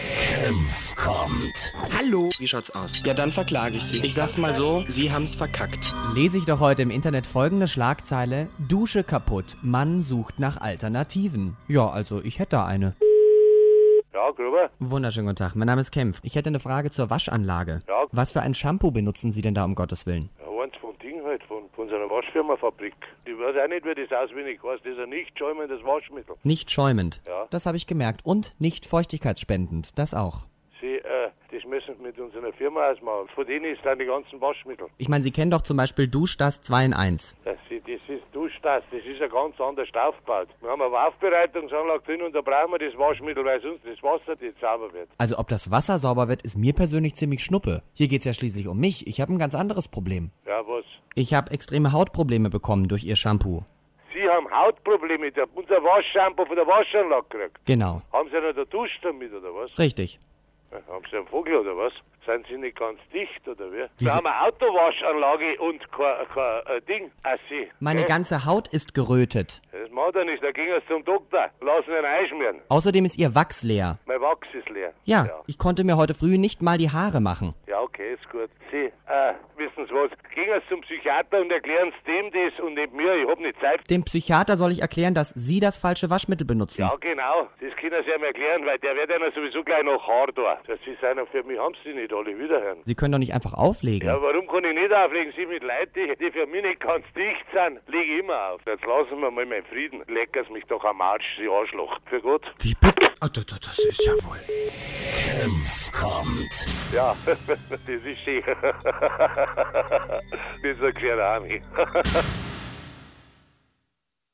Senf kommt. Hallo. Wie schaut's aus? Ja, dann verklage ich Sie. Ich sag's mal so, Sie haben's verkackt. Lese ich doch heute im Internet folgende Schlagzeile: Dusche kaputt. Mann sucht nach Alternativen. Ja, also ich hätte eine. Ja, Gruber. Wunderschönen guten Tag, mein Name ist Kempf. Ich hätte eine Frage zur Waschanlage. Ja. Was für ein Shampoo benutzen Sie denn da um Gottes Willen? Ja, eins vom Ding halt, von, von so einer Waschfirmafabrik. Ich weiß auch nicht, wie das auswendig heißt. Das ist ein nicht schäumendes Waschmittel. Nicht schäumend. Ja. Das habe ich gemerkt. Und nicht feuchtigkeitsspendend. Das auch. Sie, äh, das müssen Sie mit unserer Firma ausmachen. Von denen ist dann die ganzen Waschmittel. Ich meine, Sie kennen doch zum Beispiel Duschdas 2 in 1. Das, Sie- das ist Duschstas, das ist ja ganz anders aufgebaut. Wir haben eine Aufbereitungsanlage drin und da brauchen wir das Waschmittel, weil sonst das Wasser nicht sauber wird. Also ob das Wasser sauber wird, ist mir persönlich ziemlich schnuppe. Hier geht's ja schließlich um mich. Ich habe ein ganz anderes Problem. Ja, was? Ich habe extreme Hautprobleme bekommen durch Ihr Shampoo. Sie haben Hautprobleme, der, unser Waschshampoo von der Waschanlage gekriegt. Genau. Haben Sie noch der Dusch damit, oder was? Richtig. Ja, Äh, Haben Sie einen Vogel oder was? Sind Sie nicht ganz dicht oder wie? Wieso- Wir haben eine Autowaschanlage und kein, kein äh, Ding. Ach, Sie. Meine Gell? ganze Haut ist gerötet. Das macht er nicht, da ging er zum Doktor. Lassen ihn einschmieren. Außerdem ist Ihr Wachs leer. Mein Wachs ist leer. Ja, Ja, ich konnte mir heute früh nicht mal die Haare machen. Ja, okay, ist gut. Sie, äh, wissen Sie was? Gehen Sie zum Psychiater und erklären Sie dem das und nicht mir. Ich hab nicht Zeit. Dem Psychiater soll ich erklären, dass Sie das falsche Waschmittel benutzen. Ja, genau. Das können Sie ihm erklären, weil der wird Ihnen sowieso gleich noch hart da. Das ist einer für mich, haben Sie nicht alle wiederhören. Sie können doch nicht einfach auflegen. Ja, warum kann ich nicht auflegen? Sie mit Leuten, die- die für mich nicht ganz dicht sind, lege ich immer auf. Jetzt lassen wir mal meinen Frieden. Lecker's mich doch am Arsch, Sie Arschloch. Für Gott. Wie bitte? Ah, da- da- Das ist ja wohl. Senf kommt. Ja, das ist schön. das ist ein kleiner Army.